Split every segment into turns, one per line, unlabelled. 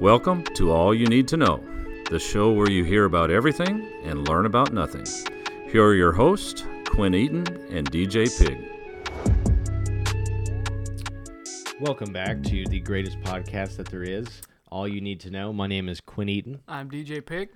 Welcome to All You Need to Know, the show where you hear about everything and learn about nothing. Here are your hosts, Quinn Eaton and DJ Pig.
Welcome back to the greatest podcast that there is, All You Need to Know. My name is Quinn Eaton,
I'm DJ Pig.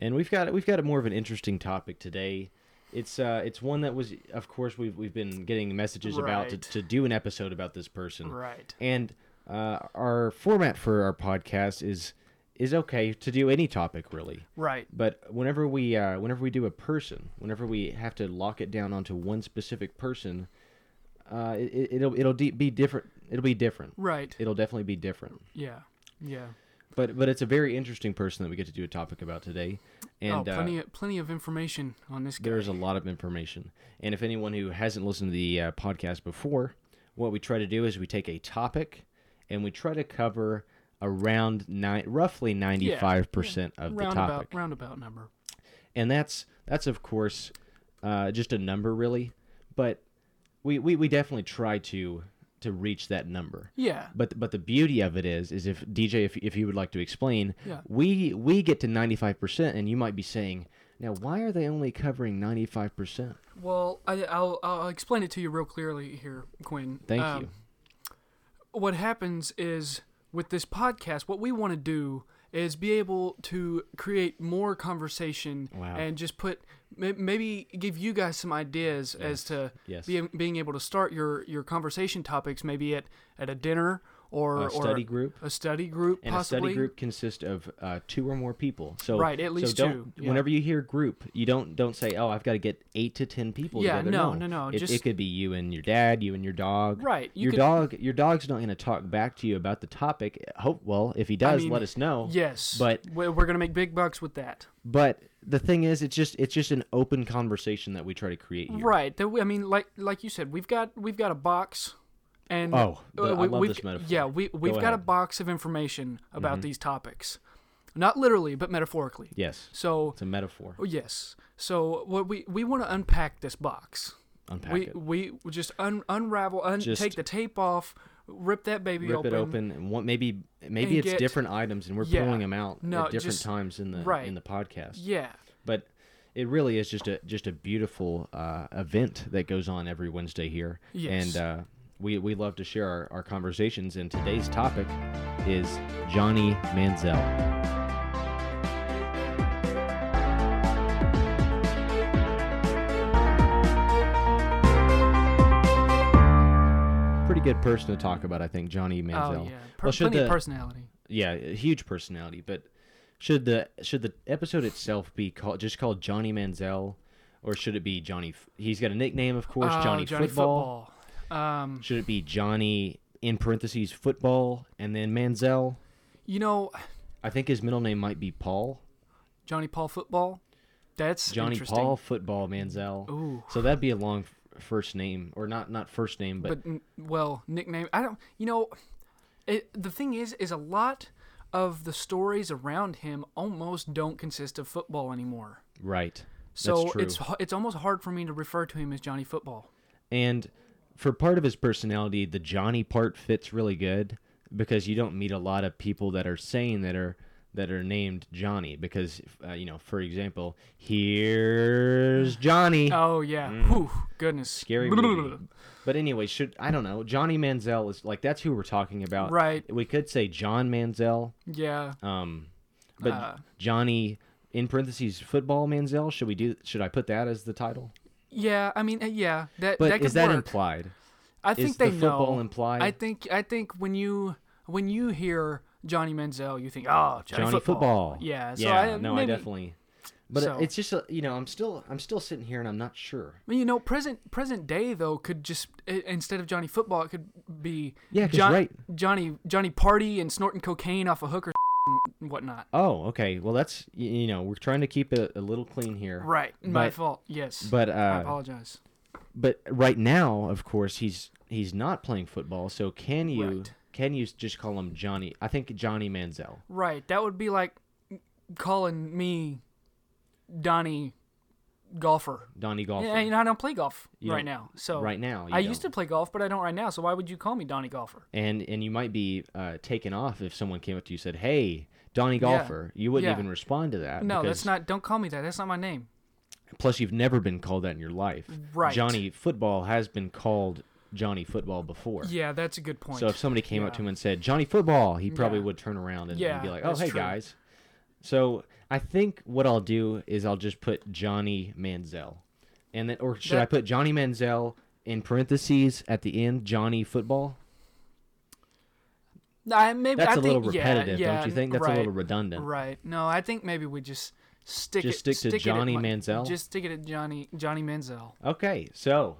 and we've got we've got a more of an interesting topic today. It's uh it's one that was of course we've we've been getting messages about to,
Right.
to do an episode about this person.
Right.
And uh, our format for our podcast is is okay to do any topic really.
Right.
But whenever we uh, whenever we do a person, whenever we have to lock it down onto one specific person, uh, it- it, it'll it'll de- be different. It'll be different.
Right.
It'll definitely be different.
Yeah. Yeah.
But but it's a very interesting person that we get to do a topic about today, and
oh, plenty
uh,
of, plenty of information on this guy.
there's a lot of information. And if anyone who hasn't listened to the uh, podcast before, what we try to do is we take a topic, and we try to cover around nine, roughly ninety five percent of the
roundabout
topic.
roundabout number.
and that's that's of course uh, just a number really but we, we we definitely try to to reach that number
Yeah.
but but the beauty of it is is if dj if, if you would like to explain
Yeah.
we we get to 95% and you might be saying now why are they only covering 95%
Well, I, I'll I'll explain it to you real clearly here, Quinn.
thank
Um,
you
what happens is with this podcast, what we want to do is be able to create more conversation
Wow.
and just put may- maybe give you guys some ideas as to
yes.
be, being able to start your, your conversation topics maybe at, at a dinner or
A
or
study group.
a study group
and
possibly
a study group consists of uh, two or more people so
Right, at least
so don't,
two, yeah.
whenever you hear group you don't don't say oh i've got to get eight to ten people
Yeah,
together
no, no, no,
it,
just-
it could be you and your dad you and your dog
Right, you
your
could-
dog your dog's not going to talk back to you about the topic hope well if he does
mean,
let us know
Yes,
but
we- we're gonna make big bucks with that,
but the thing is it's just it's just an open conversation that we try to create here
right? That we, I mean, like like you said, we've got we've got a box, and uh,
Oh, the- I love
we've-
this metaphor.
Yeah, we we've got a
ahead. Mm-hmm.
box of information about these topics, not literally but metaphorically.
yes
So
it's a metaphor
oh, yes, so what we we want to unpack this box.
unpack
we
it
we just un, unravel, un,
Just-
take the tape off, rip that baby
rip
open.
it open and what maybe maybe
and
it's
get-
different items and we're
Yeah.
pulling them out
No,
at different
just-
times in the
right.
in the podcast
Yeah,
but it really is just a just a beautiful uh, event that goes on every Wednesday here,
Yes.
and uh, we we love to share our, our conversations. And today's topic is Johnny Manziel. Pretty good person to talk about, I think, Johnny Manziel.
oh yeah, Per-
Well, should
plenty of
the-
personality.
yeah, a huge personality. But should the should the episode itself be called just called Johnny Manziel, or should it be Johnny? F- He's got a nickname, of course,
Oh,
Johnny, football.
football. Um,
Should it be Johnny in parentheses football and then Manziel?
you know,
I think his middle name might be Paul.
Johnny Paul football. That's
Johnny
interesting.
Paul football Manziel.
Ooh.
So that'd be a long f- first name, or not not first name, but,
but n- well, nickname. I don't. You know, it, the thing is, is a lot of the stories around him almost don't consist of football anymore.
right.
So
That's true.
it's h- it's almost hard for me to refer to him as Johnny Football.
And for part of his personality, the Johnny part fits really good because you don't meet a lot of people that are saying that are that are named Johnny because uh, you know, for example, here's Johnny.
Oh yeah. Whew, goodness.
Mm. Scary movie. But anyway, should I don't know. Johnny Manziel is like that's who we're talking about.
Right.
We could say John Manziel.
Yeah.
Um but
Uh.
Johnny in parentheses football Manziel, should we do should I put that as the title?
Yeah. I mean, uh, yeah. That
But
that could
is that
work.
implied?
I
Is
think they
the football
know.
implied?
I think I think when you when you hear Johnny Manziel, you think, oh, Johnny,
Johnny
football.
football.
Yeah. So
yeah.
I,
no, I
maybe-
definitely. But
So-
it's just a, you know I'm still I'm still sitting here and I'm not sure.
Well, you know, present present day though could just i- instead of Johnny Football, it could be
Yeah, 'cause
John-
right.
Johnny Johnny Party and snorting cocaine off a hooker and whatnot.
Oh, okay. Well, that's y- you know we're trying to keep it a little clean here.
Right, my
But-
fault. Yes,
But
I
uh,
apologize.
but right now, of course, he's he's not playing football. So can you
Right.
can you just call him Johnny? I think Johnny Manziel.
Right, that would be like calling me Donnie golfer.
Donnie Golfer.
Yeah, you know, I don't play golf
You
right
don't-
now. So
right now, you
I
don't.
used to play golf, but I don't right now. So why would you call me Donnie Golfer?
and and you might be uh, taken off if someone came up to you and said, "Hey, Donnie Golfer," you wouldn't
Yeah.
even respond to that.
No,
because-
that's not. Don't call me that. That's not my name.
Plus, you've never been called that in your life.
Right.
Johnny Football has been called Johnny Football before.
Yeah, that's a good point.
So if somebody came up
Yeah.
to him and said Johnny Football, he probably
Yeah.
would turn around and, and be
Yeah,
like, "Oh,
that's
hey
true.
guys." So I think what I'll do is I'll just put Johnny Manziel, and then or should I
That-
put Johnny Manziel in parentheses at the end Johnny Football?
I, maybe,
That's a
a
little repetitive, don't you think? That's
right,
a little redundant.
Right. No, I think maybe we just stick
Just
it,
stick to
it at
Johnny
my-
Manziel?
Just stick it at Johnny Johnny Manziel.
Okay, so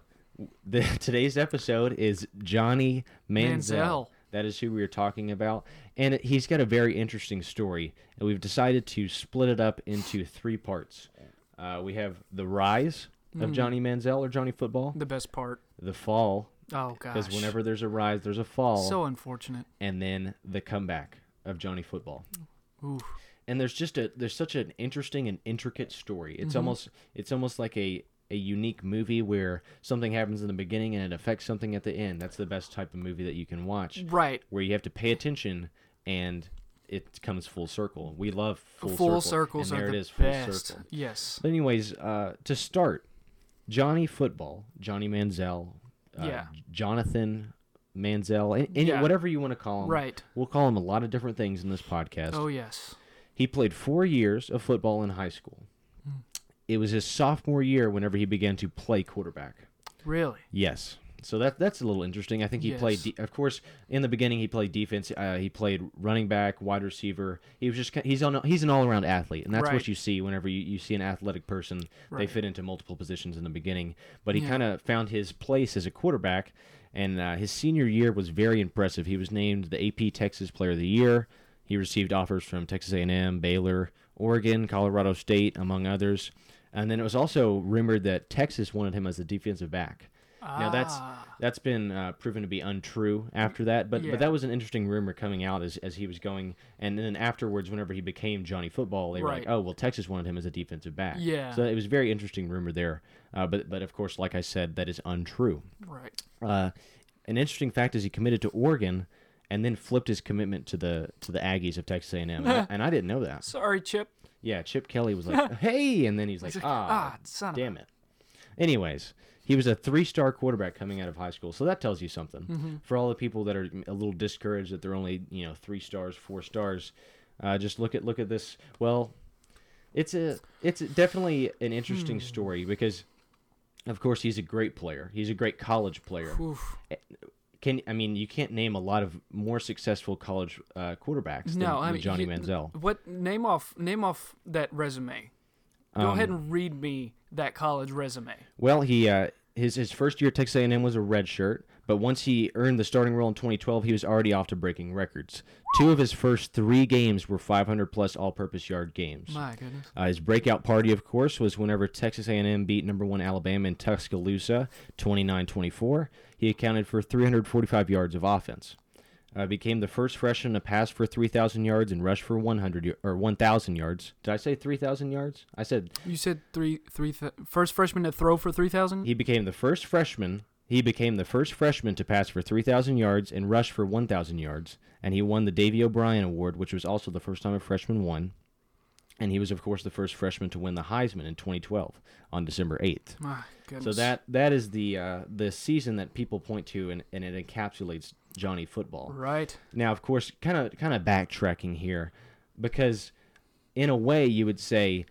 the, today's episode is Johnny Manziel.
Manziel.
That is who we are talking about, and he's got a very interesting story. And we've decided to split it up into three parts. Uh, we have the rise of
Hmm.
Johnny Manziel or Johnny Football,
The best part.
the fall,
Oh gosh.
because whenever there's a rise, there's a fall,
so unfortunate.
and then the comeback of Johnny Football.
Ooh.
and there's just a there's such an interesting and intricate story.
Mm-hmm.
It's almost it's almost like a a unique movie where something happens in the beginning and it affects something at the end. That's the best type of movie that you can watch,
Right.
where you have to pay attention and it comes full circle. We love full,
Full,
circle.
circles
and there
are the
it is, full
best.
circle.
Yes.
But anyways, uh, to start, Johnny Football, Johnny Manziel, uh,
Yeah.
Jonathan Manziel, and, and
Yeah.
whatever you want to call him.
Right.
We'll call him a lot of different things in this podcast.
Oh yes.
He played four years of football in high school. It was his sophomore year whenever he began to play quarterback.
Really.
Yes. So that that's a little interesting. I think he played,
Yes.
de- of course, in the beginning he played defense. Uh, he played running back, wide receiver. He was just ki- he's on he's an all around athlete, and that's what
Right.
you see whenever you, you see an athletic person. They
Right.
fit into multiple positions in the beginning, but he
Yeah.
kind of found his place as a quarterback. And uh, his senior year was very impressive. He was named the AP Texas Player of the Year. He received offers from Texas A&M, Baylor, Oregon, Colorado State, among others. And then it was also rumored that Texas wanted him as a defensive back. Now that's
Ah.
that's been uh, proven to be untrue after that, but
Yeah.
but that was an interesting rumor coming out as, as he was going, and then afterwards, whenever he became Johnny Football, they were like,
Right.
oh well, Texas wanted him as a defensive back.
Yeah.
So it was a very interesting rumor there, uh, but but of course, like I said, that is untrue.
Right.
Uh, an interesting fact is he committed to Oregon, and then flipped his commitment to the to the Aggies of Texas A and M, and I didn't know that.
Sorry, Chip.
Yeah, Chip Kelly was like, hey, and then he's like, ah,
Ah, son. of a-
Damn it. Anyways, he was a three-star quarterback coming out of high school, so that tells you something.
Mm-hmm.
For all the people that are a little discouraged that they're only you know three stars, four stars, uh, just look at look at this. Well, it's a it's a- definitely an interesting
Hmm.
story because, of course, he's a great player. He's a great college player.
Oof.
Can I mean you can't name a lot of more successful college uh, quarterbacks than,
No, I
than
mean
Johnny
you-
Manziel.
What name off name off that resume? Go ahead
Um,
and read me that college resume.
Well, he uh, his his first year at Texas A&M was a red shirt, but once he earned the starting role in 2012, he was already off to breaking records. Two of his first three games were 500 plus all-purpose yard games.
My goodness.
Uh, his breakout party, of course, was whenever Texas A&M beat number one Alabama in Tuscaloosa, 29-24. He accounted for 345 yards of offense. Uh, became the first freshman to pass for 3,000 yards and rush for 100 y- or 1,000 yards. Did I say 3,000 yards? I said
You said three three th- first freshman to throw for three thousand.
He became the first freshman. He became the first freshman to pass for 3,000 yards and rush for 1,000 yards, and he won the Davy O'Brien Award, which was also the first time a freshman won. And he was, of course, the first freshman to win the Heisman in 2012 on December 8th.
My goodness.
So that that is the uh, the season that people point to, and, and it encapsulates Johnny football.
right.
Now, of course, kind of kind of backtracking here, because in a way you would say,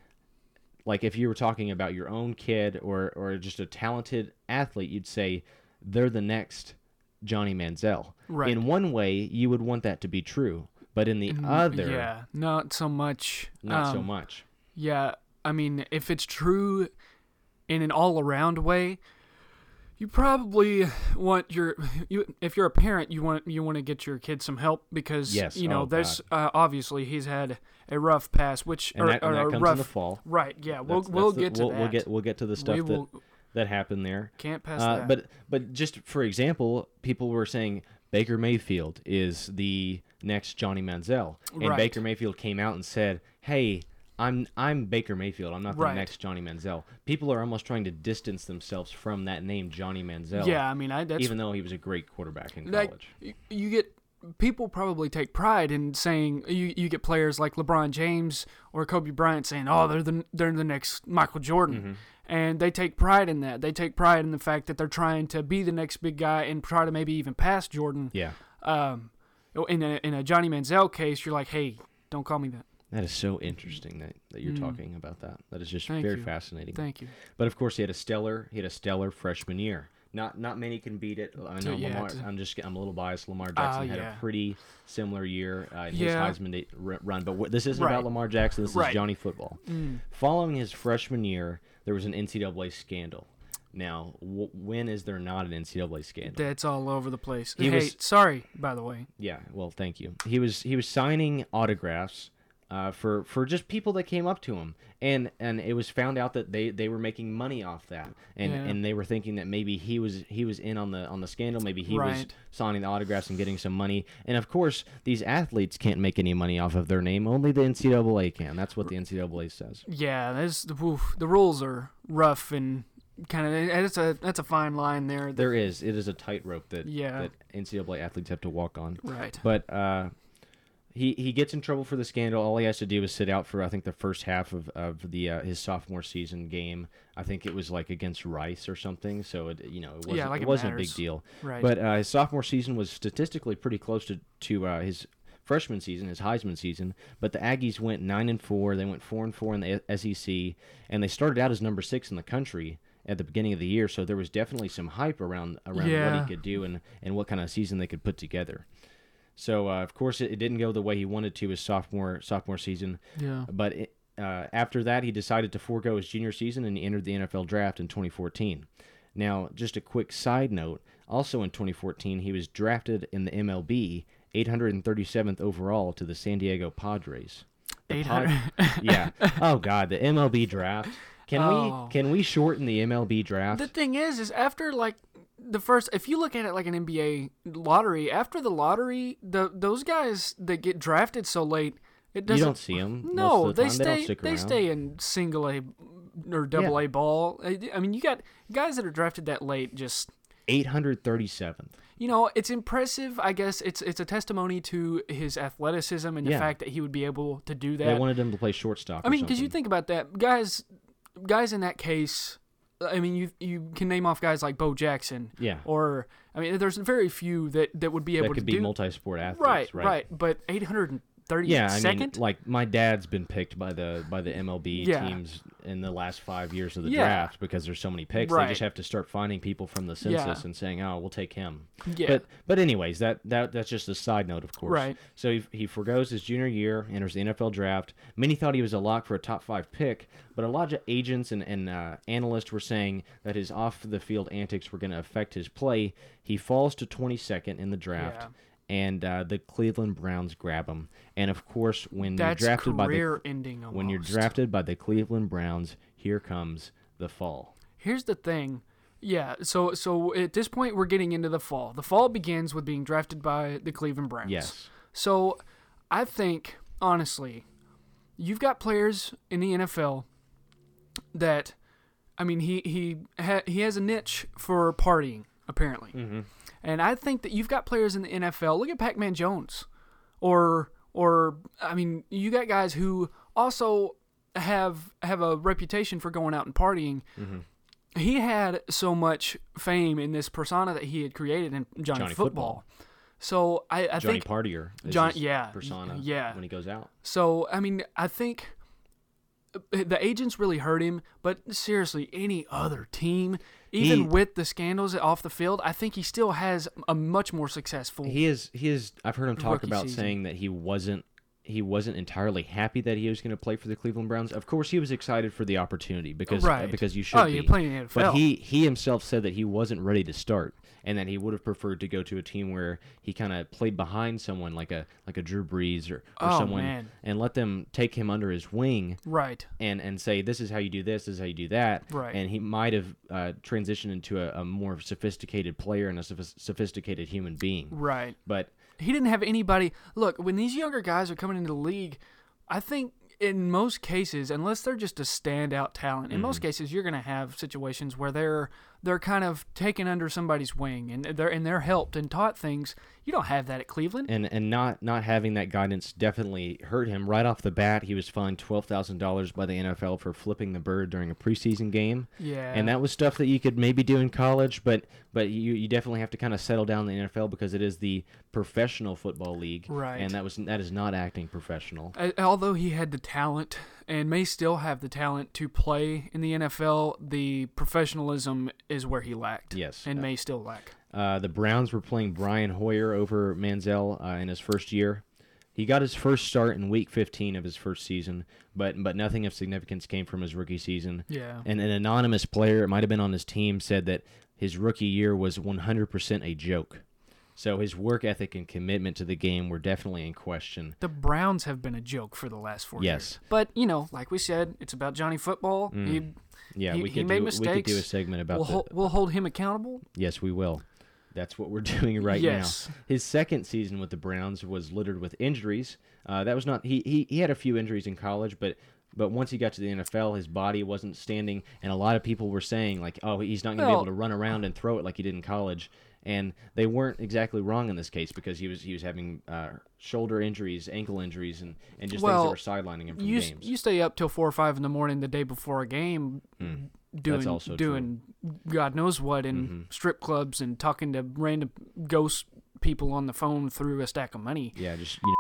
like if you were talking about your own kid or or just a talented athlete, you'd say they're the next Johnny Manziel.
Right. Mm-hmm.
In one way, you would want that to be true, but in the other,
Yeah, not so much.
not so
Um,
much.
Yeah, I mean, if it's true in an all-around way, you probably want your you if you're a parent, you want you want to get your kid some help because
Yes,
you know
oh,
there's uh, obviously he's had a rough pass, which
And
or,
that, and
or
that
a
comes
rough
in the fall.
right. Yeah, we'll
That's-
we'll
that's the-
get to
we'll,
that.
we'll get we'll get to the stuff
we
that
will
that happened there.
can't pass
Uh,
that.
but but just for example, people were saying Baker Mayfield is the next Johnny Manziel, and
Right.
Baker Mayfield came out and said, "Hey, I'm I'm Baker Mayfield. I'm not the
Right.
next Johnny Manziel. People are almost trying to distance themselves from that name Johnny Manziel.
Yeah, I mean, I that's
even though he was a great quarterback in
like
college.
y- you get people probably take pride in saying you, you get players like LeBron James or Kobe Bryant saying, "Oh, they're the they're the next Michael Jordan."
Mm-hmm.
And they take pride in that. They take pride in the fact that they're trying to be the next big guy and try to maybe even pass Jordan.
Yeah.
Um, in a, in a Johnny Manziel case, you're like, "Hey, don't call me that."
That is so interesting that, that you're talking about that. That is just
Hmm. Thank
very
you.
fascinating.
Thank you.
But of course, he had a stellar. He had a stellar freshman year. Not not many can beat it. I know
Oh, yeah,
Lamar.
it's-
I'm just I'm a little biased. Lamar Jackson had
yeah.
a pretty similar year uh, in
Yeah.
his Heisman da- r- run. But wh- this isn't
Right.
about Lamar Jackson. This is
Right. Mm.
Johnny Football. Following his freshman year, there was an NCAA scandal. Now, w- when is there not an NCAA scandal?
That's all over the place.
He
hey,
was-
sorry, by the way.
Yeah, well, thank you. He was he was signing autographs uh, for for just people that came up to him, and and it was found out that they they were making money off that, and
Yeah.
and they were thinking that maybe he was he was in on the on the scandal, maybe he was
Right.
signing the autographs and getting some money, and of course these athletes can't make any money off of their name, only the NCAA can. That's what the NCAA says.
Yeah, that's the oof, the rules are rough and kind of that's a that's a fine line there. that-
There is it is a tightrope that
Yeah.
that NCAA athletes have to walk on.
Right.
But uh, he he gets in trouble for the scandal. All he has to do is sit out for I think the first half of of the uh, his sophomore season game. I think it was like against Rice or something. So it you know it wasn't,
like
it
it
wasn't a
matters.
big deal.
Right.
But uh, his sophomore season was statistically pretty close to to uh, his freshman season, his Heisman season. But the Aggies went nine and four. They went four and four in the SEC, and they started out as number six in the country at the beginning of the year. So there was definitely some hype around around what
Yeah.
he could do and and what kind of season they could put together. So uh, of course it, it didn't go the way he wanted to his sophomore sophomore season.
Yeah.
But it, uh, after that, he decided to forego his junior season and he entered the NFL draft in 2014. Now, just a quick side note. Also in 2014, he was drafted in the MLB, 837th overall to the San Diego Padres. The Pod-
800.
yeah. Oh God, the MLB draft. Can
Oh.
we can we shorten the MLB draft?
The thing is, is after like the first, if you look at it like an NBA lottery, after the lottery, the those guys that get drafted so late, it
you
doesn't.
don't see them.
no,
most of the
they
time.
stay.
They, don't stick around.
stay in single A or double A ball. I I mean, you got guys that are drafted that late. Just
837th.
you know, it's impressive. I guess it's it's a testimony to his athleticism and
Yeah.
the fact that he would be able to do that.
They wanted him to play shortstop.
I
or
mean, because you
something.
think about that, guys. Guys in that case, I mean, you you can name off guys like Bo Jackson.
Yeah.
Or I mean, there's very few that that would be
that
able to
could be
do.
multi-sport athletes,
right,
right?
right, But 830
Yeah, I mean,
second?
like my dad's been picked by the by the MLB
Yeah.
teams in the last five years of the
Yeah.
draft because there's so many picks. They
Right.
just have to start finding people from the census
Yeah.
and saying, "Oh, we'll take him."
Yeah.
But but anyways, that, that that's just a side note, of course.
Right.
So he, he forgoes his junior year, enters the NFL draft. Many thought he was a lock for a top five pick, but a lot of agents and, and uh, analysts were saying that his off the field antics were going to affect his play. He falls to 22nd in the draft, and uh, the Cleveland Browns grab him. And of course, when
That's
you're drafted by the
career ending. Almost.
when you're drafted by the Cleveland Browns, here comes the fall.
Here's the thing. Yeah, so so at this point we're getting into the fall. The fall begins with being drafted by the Cleveland Browns.
Yes.
So I think honestly, you've got players in the NFL that I mean he he ha, he has a niche for partying apparently.
Mm-hmm.
And I think that you've got players in the NFL. Look at Pac-Man Jones or or I mean, you got guys who also have have a reputation for going out and partying.
Mm-hmm.
He had so much fame in this persona that he had created in Johnny,
Johnny
Football. So I, I
Johnny
think
Partier, is
John-
his
yeah,
persona,
yeah.
when he goes out.
so. I mean, I think uh, the agents really hurt him. But seriously, any other team, even
He-
with the scandals off the field, I think he still has a much more successful.
He is. He is. I've heard him talk
Rookie
about
season.
saying that he wasn't. He wasn't entirely happy that he was going to play for the Cleveland Browns. Of course, he was excited for the opportunity because
Right.
uh, because you should.
Oh,
be.
you're playing in the
But
NFL.
he he himself said that he wasn't ready to start and that he would have preferred to go to a team where he kind of played behind someone like a like a Drew Brees or, or
Oh,
someone
man.
and let them take him under his wing
right.
and and say this is how you do this, this is how you do that.
Right.
And he might have uh, transitioned into a, a more sophisticated player and a sophis- sophisticated human being.
Right.
But
He didn't have anybody. Look, when these younger guys are coming into the league, I think in most cases, unless they're just a standout talent, in
Mm-hmm.
most cases you're going to have situations where they're they're kind of taken under somebody's wing and they're and they're helped and taught things. You don't have that at Cleveland.
and and not not having that guidance definitely hurt him right off the bat. He was fined twelve thousand dollars by the NFL for flipping the bird during a preseason game.
Yeah.
and that was stuff that you could maybe do in college, but but you you definitely have to kind of settle down in the NFL because it is the professional football league,
Right.
And that was that is not acting professional.
A- although he had the talent and may still have the talent to play in the NFL, the professionalism is where he lacked.
Yes.
and may still lack.
Uh, the Browns were playing Brian Hoyer over Manziel uh, in his first year. He got his first start in Week 15 of his first season, but but nothing of significance came from his rookie season.
Yeah.
And an anonymous player, it might have been on his team, said that his rookie year was 100% a joke. So his work ethic and commitment to the game were definitely in question.
The Browns have been a joke for the last four
Yes. Mm.
years. But, you know, like we said, it's about Johnny football. He,
Yeah,
He-
we
he
could
made
do, we could
mistakes.
do a segment about
we'll,
the,
hol- we'll hold him accountable.
Yes, we will. That's what we're doing right
Yes.
now. His second season with the Browns was littered with injuries. Uh, that was not he, he. He had a few injuries in college, but but once he got to the NFL, his body wasn't standing, and a lot of people were saying like, "Oh, he's not going to be
Well-
able to run around and throw it like he did in college." And they weren't exactly wrong in this case because he was he was having uh, shoulder injuries, ankle injuries, and, and just
Well,
things that were sidelining him from
You, s-
games.
you stay up till four or five in the morning the day before a game
Mm.
doing
also true. Mm-hmm.
doing God knows what in strip clubs and talking to random ghost people on the phone through a stack of money.
yeah, just you know,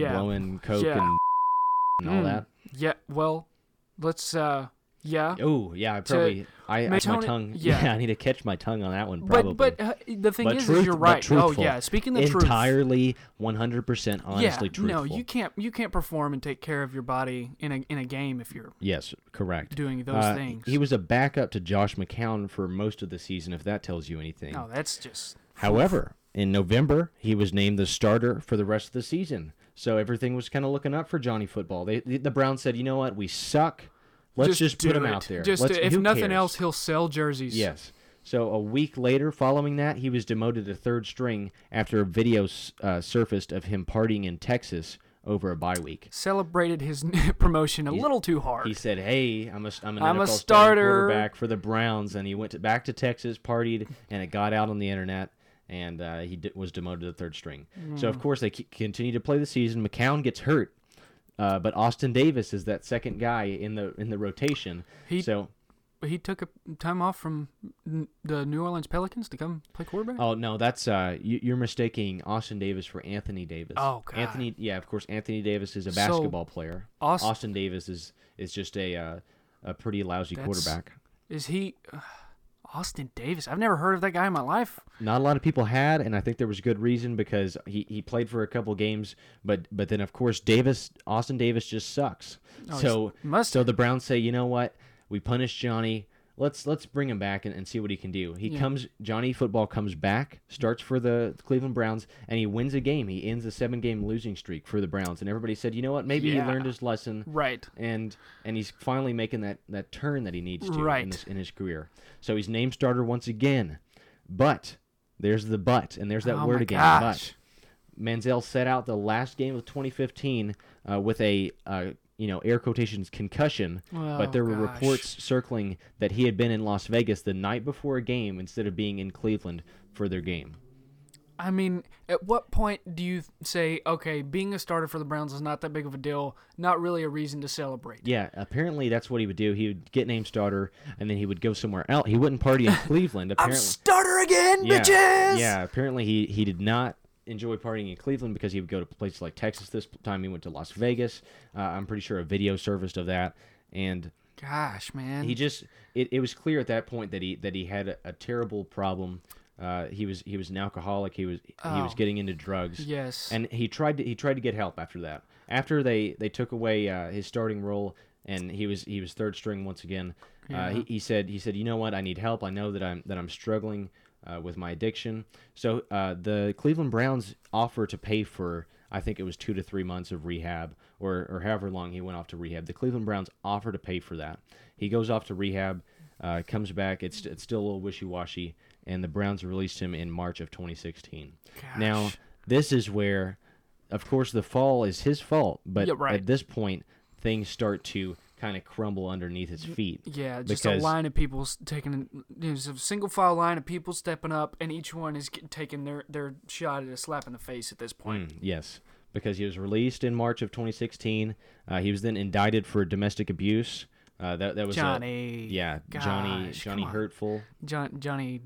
Yeah.
blowing coke
Yeah.
and, and all
Mm.
that.
Yeah, well, let's uh yeah.
Oh yeah, I probably I, I my
Matone-
tongue. Yeah.
yeah.
I need to catch my tongue on that one. Probably.
But but uh, the thing
But
is,
truth-
is you're
but
right. Oh
truthful.
yeah, speaking the truth.
entirely one hundred percent honestly
yeah,
truthful.
no, you can't you can't perform and take care of your body in a in a game if you're
Yes, correct.
doing those
Uh,
things.
He was a backup to Josh McCown for most of the season, if that tells you anything.
no, that's just
However, in November, he was named the starter for the rest of the season. So everything was kind of looking up for Johnny Football. They, the, the Browns said, you know what, we suck. Let's just,
do
put him
it.
out there.
Just
Let's-
if
who
nothing
cares?"
else, he'll sell jerseys.
Yes. So a week later, following that, he was demoted to third string after a video s- uh, surfaced of him partying in Texas over a bye week.
Celebrated his promotion a little too hard.
He said, "Hey, I'm a s- I'm an
I'm a
NFL starting
starter."
quarterback for the Browns," and he went to, back to Texas, partied, and it got out on the internet. And uh, he d- was demoted to third string. So
Hmm.
of course they c- continue to play the season. McCown gets hurt, uh, but Austin Davis is that second guy in the in the rotation.
He-
so
he took a time off from n- the New Orleans Pelicans to come play quarterback.
Oh no, that's uh, you, you're mistaking Austin Davis for Anthony Davis.
Oh, God.
Anthony, yeah, of course, Anthony Davis is a
So,
basketball player.
Aust-
Austin Davis is is just a uh, a pretty lousy
That's-
quarterback.
Is he uh, Austin Davis? I've never heard of that guy in my life.
Not a lot of people had, and I think there was good reason because he, he played for a couple games, but but then of course Davis Austin Davis just sucks.
Oh, he's-
so
must-
so the Browns say, you know what, we punish Johnny. Let's let's bring him back and, and see what he can do. He comes Johnny football comes back, starts for the Cleveland Browns, and he wins a game. He ends a seven game losing streak for the Browns, and everybody said, you know what, maybe
Yeah.
he learned his lesson
Right.
and and he's finally making that that turn that he needs to in,
Right.
this, in his career. So he's named starter once again, but there's the but, and there's that
Oh
word
my
again.
gosh.
But Manziel set out the last game of 2015 uh, with a uh, you know air quotations concussion,
Oh,
but there were
gosh.
reports circling that he had been in Las Vegas the night before a game instead of being in Cleveland for their game.
I mean, at what point do you say, okay, being a starter for the Browns is not that big of a deal, not really a reason to celebrate?
Yeah, apparently that's what he would do. He would get named starter, and then he would go somewhere else. He wouldn't party in Cleveland. Apparently,
Starter again,
yeah.
bitches!
Yeah, apparently he he did not enjoy partying in Cleveland because he would go to places like Texas. This time he went to Las Vegas. Uh, I'm pretty sure a video surfaced of that, and
Gosh, man.
he just it, it was clear at that point that he that he had a, a terrible problem. Uh, he was he was an alcoholic. He was he was
Oh.
getting into drugs.
yes.
And he tried to he tried to get help after that. After they they took away uh, his starting role and he was he was third string once again. Uh, he, he said he said you know what I need help. I know that I'm that I'm struggling uh, with my addiction. So uh, the Cleveland Browns offer to pay for I think it was two to three months of rehab or or however long he went off to rehab. The Cleveland Browns offer to pay for that. He goes off to rehab. Uh, comes back, it's, it's still a little wishy-washy, and the Browns released him in March of 2016. Now,
Gosh.
this is where, of course, the fall is his fault. But
Yeah, right.
at this point, things start to kind of crumble underneath his feet.
Yeah, just
Because-
a line of people s- taking there's a single file line of people stepping up, and each one is get- taking their their shot at a slap in the face at this point.
Mm, yes, because he was released in March of 2016. Uh, he was then indicted for domestic abuse. Uh, that that was a-
Johnny,
yeah, Johnny
Gosh,
Johnny
come on. Oh,
Hurtful.
John, Johnny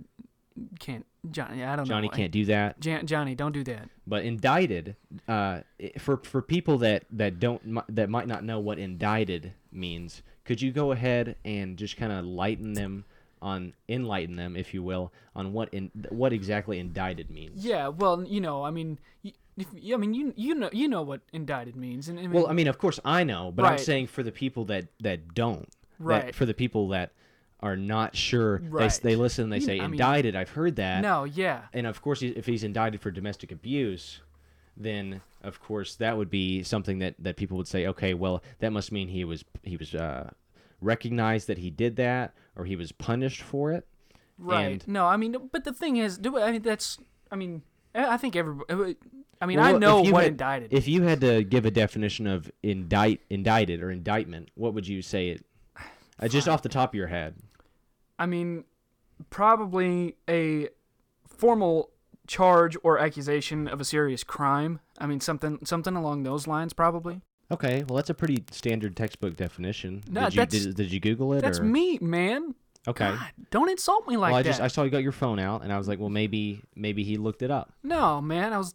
can't Johnny. I don't
Johnny
know.
can't do that.
Jan, Johnny, don't do that.
But indicted uh, i- for for people that that don't mi- that might not know what indicted means. Could you go ahead and just kind of lighten them on enlighten them, if you will, on what in what exactly indicted means?
Yeah, well, you know, I mean, y- if, I mean, you you know you know what indicted means, and I mean,
Well, I mean, of course I know, but I'm
Right.
saying for the people that that don't, that-
Right.
for the people that are not sure, they, s-
Right.
they listen, they
You-
say
I mean-
indicted. I've heard that.
no, yeah,
and of course, he- if he's indicted for domestic abuse, then of course that would be something that, that people would say, okay, well, that must mean he was he was uh, recognized that he did that, or he was punished for it.
right.
and-
no, I mean, but the thing is, do I mean that's I mean, I I think everybody. I mean,
Well,
I
if
know
you
what
had-
indicted.
If you had to give a definition of indict, indicted, or indictment, what would you say it? Uh, just off the top of your head.
I mean, probably a formal charge or accusation of a serious crime. I mean, something something along those lines, probably.
Okay, well, that's a pretty standard textbook definition.
No,
did you
that's-
did, did you Google it?
That's
or?
me, man.
Okay.
God, don't insult me like
well, I
that.
just I saw you got your phone out, and I was like, well, maybe maybe he looked it up.
No, man. I was.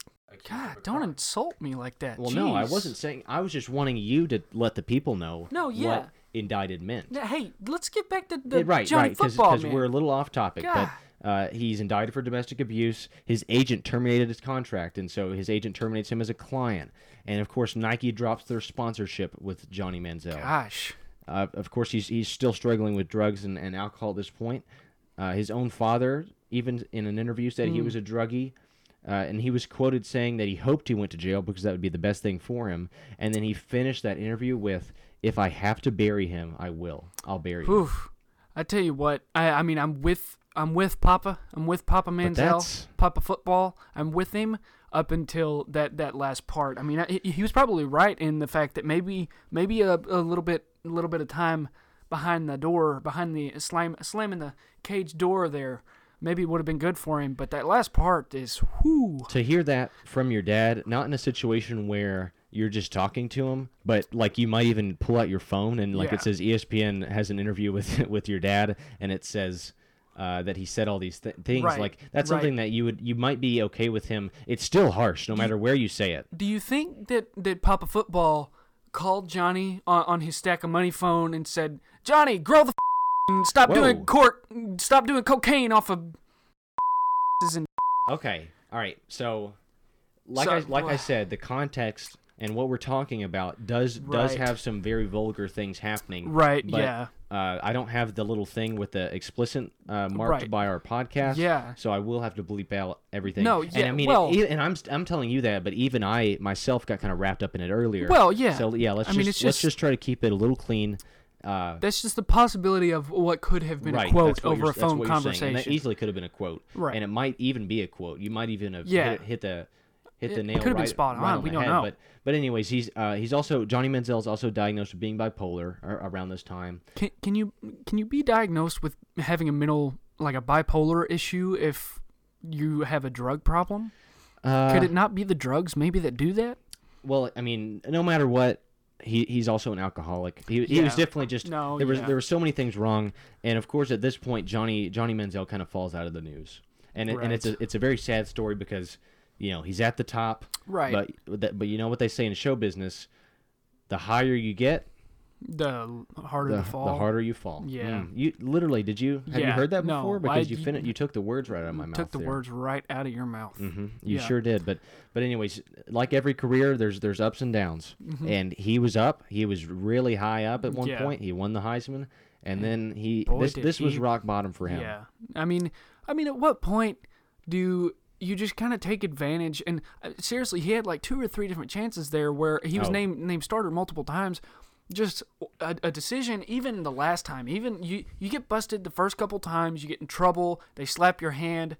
God, don't insult me like that.
Well, no, I
Jeez.
wasn't saying. I was just wanting you to let the people know.
No, yeah.
What indicted meant. Eh,
Now, Hey, let's get back to the
right,
Johnny
right,
football man.
we're a little off topic,
God.
but uh, he's indicted for domestic abuse. His agent terminated his contract, and so his agent terminates him as a client. And of course, Nike drops their sponsorship with Johnny Manziel.
Gosh,
Uh, of course, he's he's still struggling with drugs and, and alcohol at this point. Uh, his own father, even in an interview, said he was a druggie, uh, and he was quoted saying that he hoped he went to jail because that would be the best thing for him. And then he finished that interview with, "If I have to bury him, I will. I'll bury him."
oof. I tell you what. I I mean, I'm with I'm with Papa. I'm with Papa Manziel.
that's-
Papa football. I'm with him up until that that last part. I mean, I, he he was probably right in the fact that maybe maybe a, a little bit a little bit of time behind the door, behind the slam slamming the cage door there. Maybe would have been good for him, but that last part is whoo.
To hear that from your dad, not in a situation where you're just talking to him, but like you might even pull out your phone and like
Yeah.
it says E ESPN has an interview with with your dad, and it says. Uh, that he said all these th- things
Right,
like that's something that you would you might be okay with him it's still harsh no matter where you say it
Do you think that, that Papa Football called Johnny on, on his stack of money phone and said, Johnny, grow the f- and stop
Whoa.
doing court, stop doing cocaine off of and
okay all right so like
So-
i like i said the context and what we're talking about does does
Right.
have some very vulgar things happening
Right,
but,
yeah.
uh, i don't have the little thing with the explicit uh, marked
Right.
by our podcast
Yeah.
so i will have to bleep out everything
No,
and
yeah,
i mean
well-
e- and i'm i'm telling you that but even i myself got kind of wrapped up in it earlier
Well, yeah.
so yeah let's
I
just,
mean, it's
let's
just-
just try to keep it a little clean uh,
That's just the possibility of what could have been
right
a quote
that's what
over
you're-
a
that's
phone
what you're saying,
conversation.
and that easily could have been a quote
Right.
and it might even be a quote you might even have
Yeah.
hit, hit the hit
It-
the
it
nail
could have been
right,
spot
right
on,
on
we
the
don't
head,
know.
but but anyways he's uh, he's also johnny Manziel is also diagnosed with being bipolar ar- around this time
can, can you can you be diagnosed with having a mental like a bipolar issue if you have a drug problem?
uh,
could it not be the drugs maybe that do that?
well, I mean, no matter what, he he's also an alcoholic. He, he was
Yeah.
definitely just
No,
there was
yeah.
there were so many things wrong, and of course at this point Johnny Johnny Manziel kind of falls out of the news, and it, and it's a it's a very sad story because you know he's at the top,
Right.
But that, but you know what they say in show business, the higher you get,
The harder
the,
to
the
fall.
harder you fall.
Yeah.
Mm. you literally did you have you
Yeah,
heard that
no,
before?
I-
Because you fin- you took the words right out of my mouth.
took the
there.
words right out of your mouth.
Mhm, You
Yeah.
sure did, but but anyways, like every career, there's there's ups and downs, and he was up. He was really high up at one
Mm-hmm. Yeah.
point. He won the Heisman, and then he
boy,
this
did
this was
he-
rock bottom for him.
Yeah. I mean, I mean, at what point do you just kind of take advantage? And uh, seriously, he had like two or three different chances there where he was
Oh.
named named starter multiple times. Just a, a decision, even the last time, even you you get busted the first couple times, you get in trouble. They slap your hand.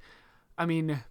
I mean,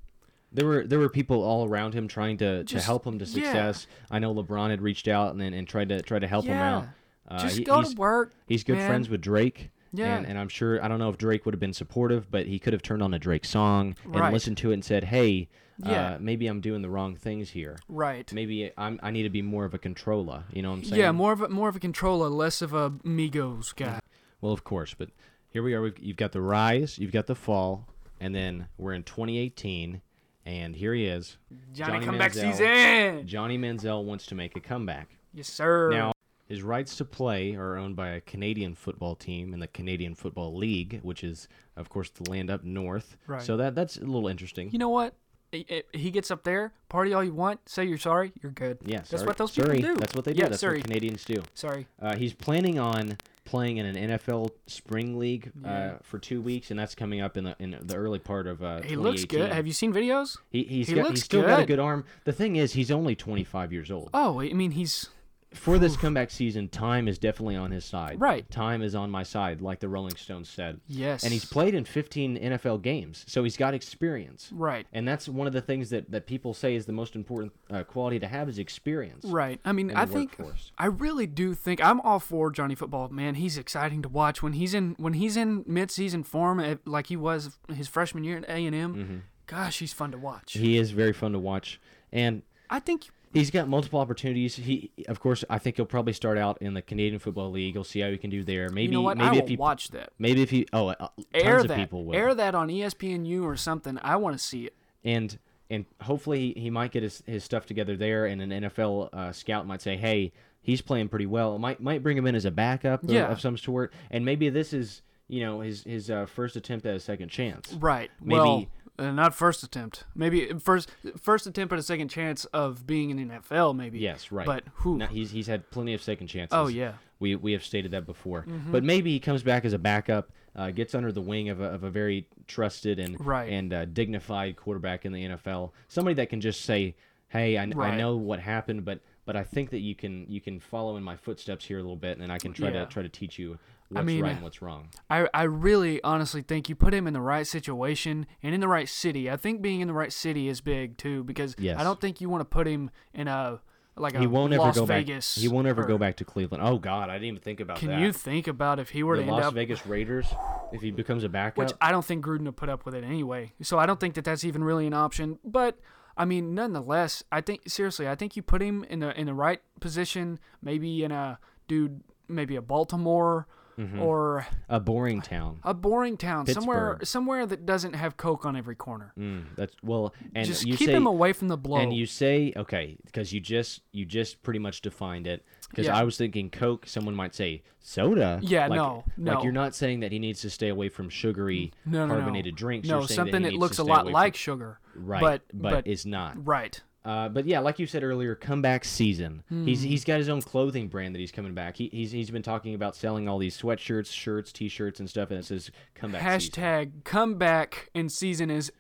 there were there were people all around him trying to, to
Just-
help him to
yeah.
success. I know LeBron had reached out and and tried to try to help
Yeah.
him out. Uh,
Just
he-
go
he's-
to work.
He's good
man.
friends with Drake.
Yeah.
And, and I'm sure, I don't know if Drake would have been supportive, but he could have turned on a Drake song and
Right.
listened to it and said, hey,
Yeah.
uh, maybe I'm doing the wrong things here.
Right.
Maybe I'm, I need to be more of a controller. You know what I'm saying?
Yeah, more of a, more of a controller, less of a Migos guy.
Well, of course, but here we are. We've, you've got the rise, you've got the fall, and then we're in 2018, and here he is.
Johnny,
Johnny
comeback
Manziel.
season.
Johnny Manziel wants to make a comeback.
Yes, sir.
Now, his rights to play are owned by a Canadian football team and the Canadian Football League, which is, of course, the land up north.
Right.
So that that's a little interesting.
you know what? I- I- He gets up there, party all you want, say you're sorry, you're good.
yeah,
that's
sorry-
what those
sorry,
people do.
That's what they do.
Yeah,
that's
sorry,
what Canadians do.
sorry.
Uh, he's planning on playing in an NFL spring league uh, for two weeks, and that's coming up in the in the early part of uh,
He looks good.
2018.
Have you seen videos?
He, he's
He
got,
looks
he's still got a
good.
good arm. The thing is, he's only 25 years old.
Oh, I mean, he's
For this comeback season, time is definitely on his side.
Right.
Time is on my side, like the Rolling Stones said.
yes,
And he's played in 15 NFL games, so he's got experience.
right,
And that's one of the things that, that people say is the most important uh, quality to have is experience.
right. I mean,
in the
I think
workforce.
I really do think I'm all for Johnny Football. Man, he's exciting to watch when he's in when he's in midseason form, eh, like he was his freshman year at A and M. Gosh, he's fun to watch.
Mm-hmm. He is very fun to watch. And
I think
He's got multiple opportunities. He, of course, I think he'll probably start out in the Canadian Football League. He'll see how he can do there. Maybe,
you know what?
maybe
I will
if he,
watch that.
maybe if he, oh, uh, tons
Air
of
that.
people will.
Air that on E ESPNU or something. I want to see it.
and and hopefully he might get his, his stuff together there and an NFL uh, scout might say hey he's playing pretty well It might might bring him in as a backup of-
Yeah.
of some sort and maybe this is you know his his uh, first attempt at a second chance
Right.
Maybe-
Well, uh, not first attempt. Maybe uh, first first attempt at a second chance of being in NFL. Maybe.
yes right
But who?
Now, he's he's had plenty of second chances
Oh, yeah. Mm-hmm.
we we have stated that before but maybe he comes back as a backup uh, gets under the wing of a, of a very trusted and
Right.
and uh, dignified quarterback in the NFL somebody that can just say hey I, kn- I
Right.
know what happened but but I think that you can you can follow in my footsteps here a little bit and I can try
Yeah.
to try to teach you what's
mean,
right and what's wrong
I I really honestly think you put him in the right situation and in the right city. I think being in the right city is big too because
Yes.
I don't think you want to put him in a like a
he won't ever
Las
go
Vegas.
back he won't ever
or-
go back to Cleveland oh god I didn't even think about
Can
that
you think about if he were
the
to end
Las
up?
Vegas Raiders if he becomes a backup
which I don't think Gruden will put up with it anyway. So I don't think that that's even really an option. But I mean, nonetheless, I think seriously, I think you put him in the in the right position, maybe in a dude, maybe a Baltimore
Mm-hmm.
or
a boring town
a boring town somewhere
Pittsburgh.
somewhere that doesn't have coke on every corner.
Mm, that's well and
Just
you
keep
say
him away from the blow.
And you say okay because you just you just pretty much defined it because
Yeah.
I was thinking Coke. Someone might say soda.
Yeah,
like,
no,
Like
no.
you're not saying that he needs to stay away from sugary
no, no, no.
carbonated drinks.
No,
You're saying
something
that,
that,
he needs to
looks a
stay
lot
away
like sugar.
from, right,
but
but,
but
is not.
right.
Uh, but yeah, like you said earlier, comeback season. He's
Hmm.
he's got his own clothing brand that he's coming back. He, he's he's been talking about selling all these sweatshirts, shirts, t-shirts, and stuff, and it says comeback season.
Hashtag comeback in season is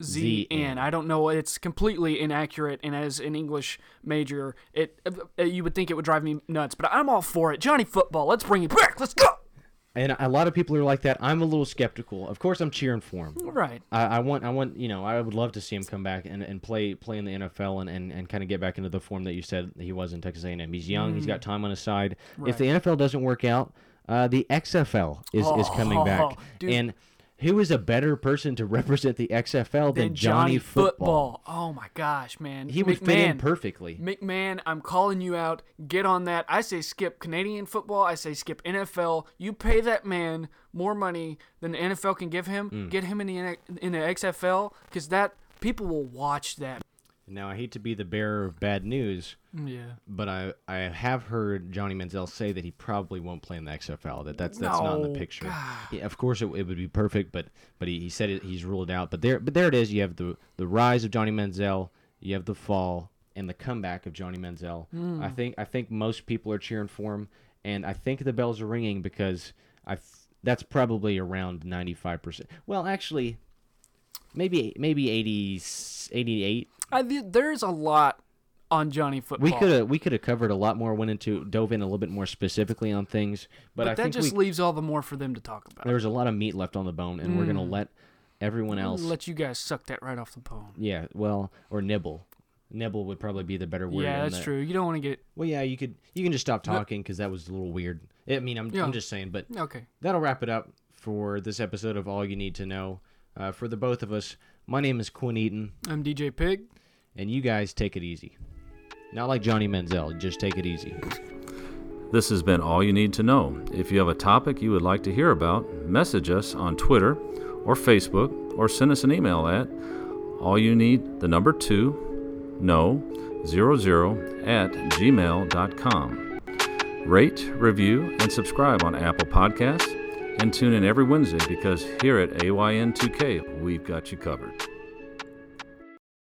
SZN. I don't know. It's completely inaccurate. And as an English major, it uh, you would think it would drive me nuts, but I'm all for it. Johnny Football, let's bring it back. Let's go.
And a lot of people are like that. I'm a little skeptical. Of course, I'm cheering for him.
Right.
I, I want I want you know I would love to see him come back and, and play play in the NFL and, and, and kind of get back into the form that you said that he was in Texas A&M. He's young. He's
Mm.
got time on his side. If the NFL doesn't work out, uh, the XFL is, is coming back.
Oh, dude.
And who is a better person to represent the XFL than,
And
Johnny, Football?
Oh my gosh, man.
He would
McMahon,
fit in perfectly.
McMahon, I'm calling you out. Get on that. I say skip Canadian football. I say skip NFL. You pay that man more money than the NFL can give him.
Mm.
Get him in the N- in the XFL because that people will watch that.
Now I hate to be the bearer of bad news,
Yeah.
but I I have heard Johnny Manziel say that he probably won't play in the XFL. That that's that's not in
No,
the picture. Yeah, of course, it, it would be perfect, but but he, he said it, he's ruled it out. But there but there it is. You have the the rise of Johnny Manziel. You have the fall and the comeback of Johnny Manziel. I think I think most people are cheering for him, and I think the bells are ringing because I. Th- that's probably around 95%. Well, actually, maybe maybe 80, 88,
I, th- there's a lot on Johnny football.
we could have we could have covered a lot more. Went into dove in a little bit more specifically on things, but,
but
I
that
think
just
we,
leaves all the more for them to talk about.
there was a lot of meat left on the bone, and we're gonna let everyone else.
Mm. Let you guys suck that right off the bone.
yeah, well, or nibble. Nibble would probably be the better word.
yeah,
on
that's
that.
true. You don't want to get
Well, yeah, you could you can just stop talking because that was a little weird. I mean, I'm,
Yeah.
I'm just saying, but
okay.
that'll wrap it up for this episode of All You Need to Know. Uh, for the both of us, my name is Quinn Eaton,
I'm DJ Pig.
and you guys take it easy. Not like Johnny Manziel, just take it easy.
This has been All You Need to Know. If you have a topic you would like to hear about, message us on Twitter or Facebook or send us an email at all you need the number two no zero zero at gmail.com. Rate, review, and subscribe on Apple Podcasts and tune in every Wednesday because here at AYN2K we've got you covered.